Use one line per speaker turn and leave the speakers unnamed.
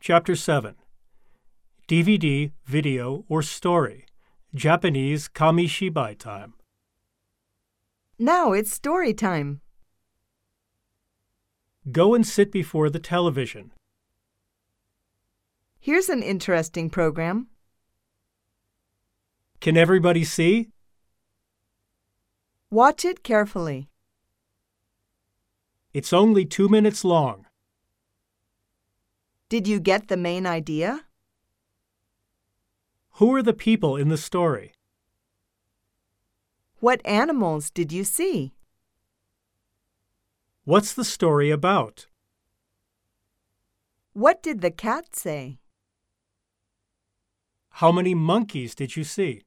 Chapter 7 DVD, Video, or Story Japanese Kamishibai Time.
Now it's story time.
Go and sit before the television.
Here's an interesting program.
Can everybody see?
Watch it carefully.
It's only two minutes long.
Did you get the main idea?
Who are the people in the story?
What animals did you see?
What's the story about?
What did the cat say?
How many monkeys did you see?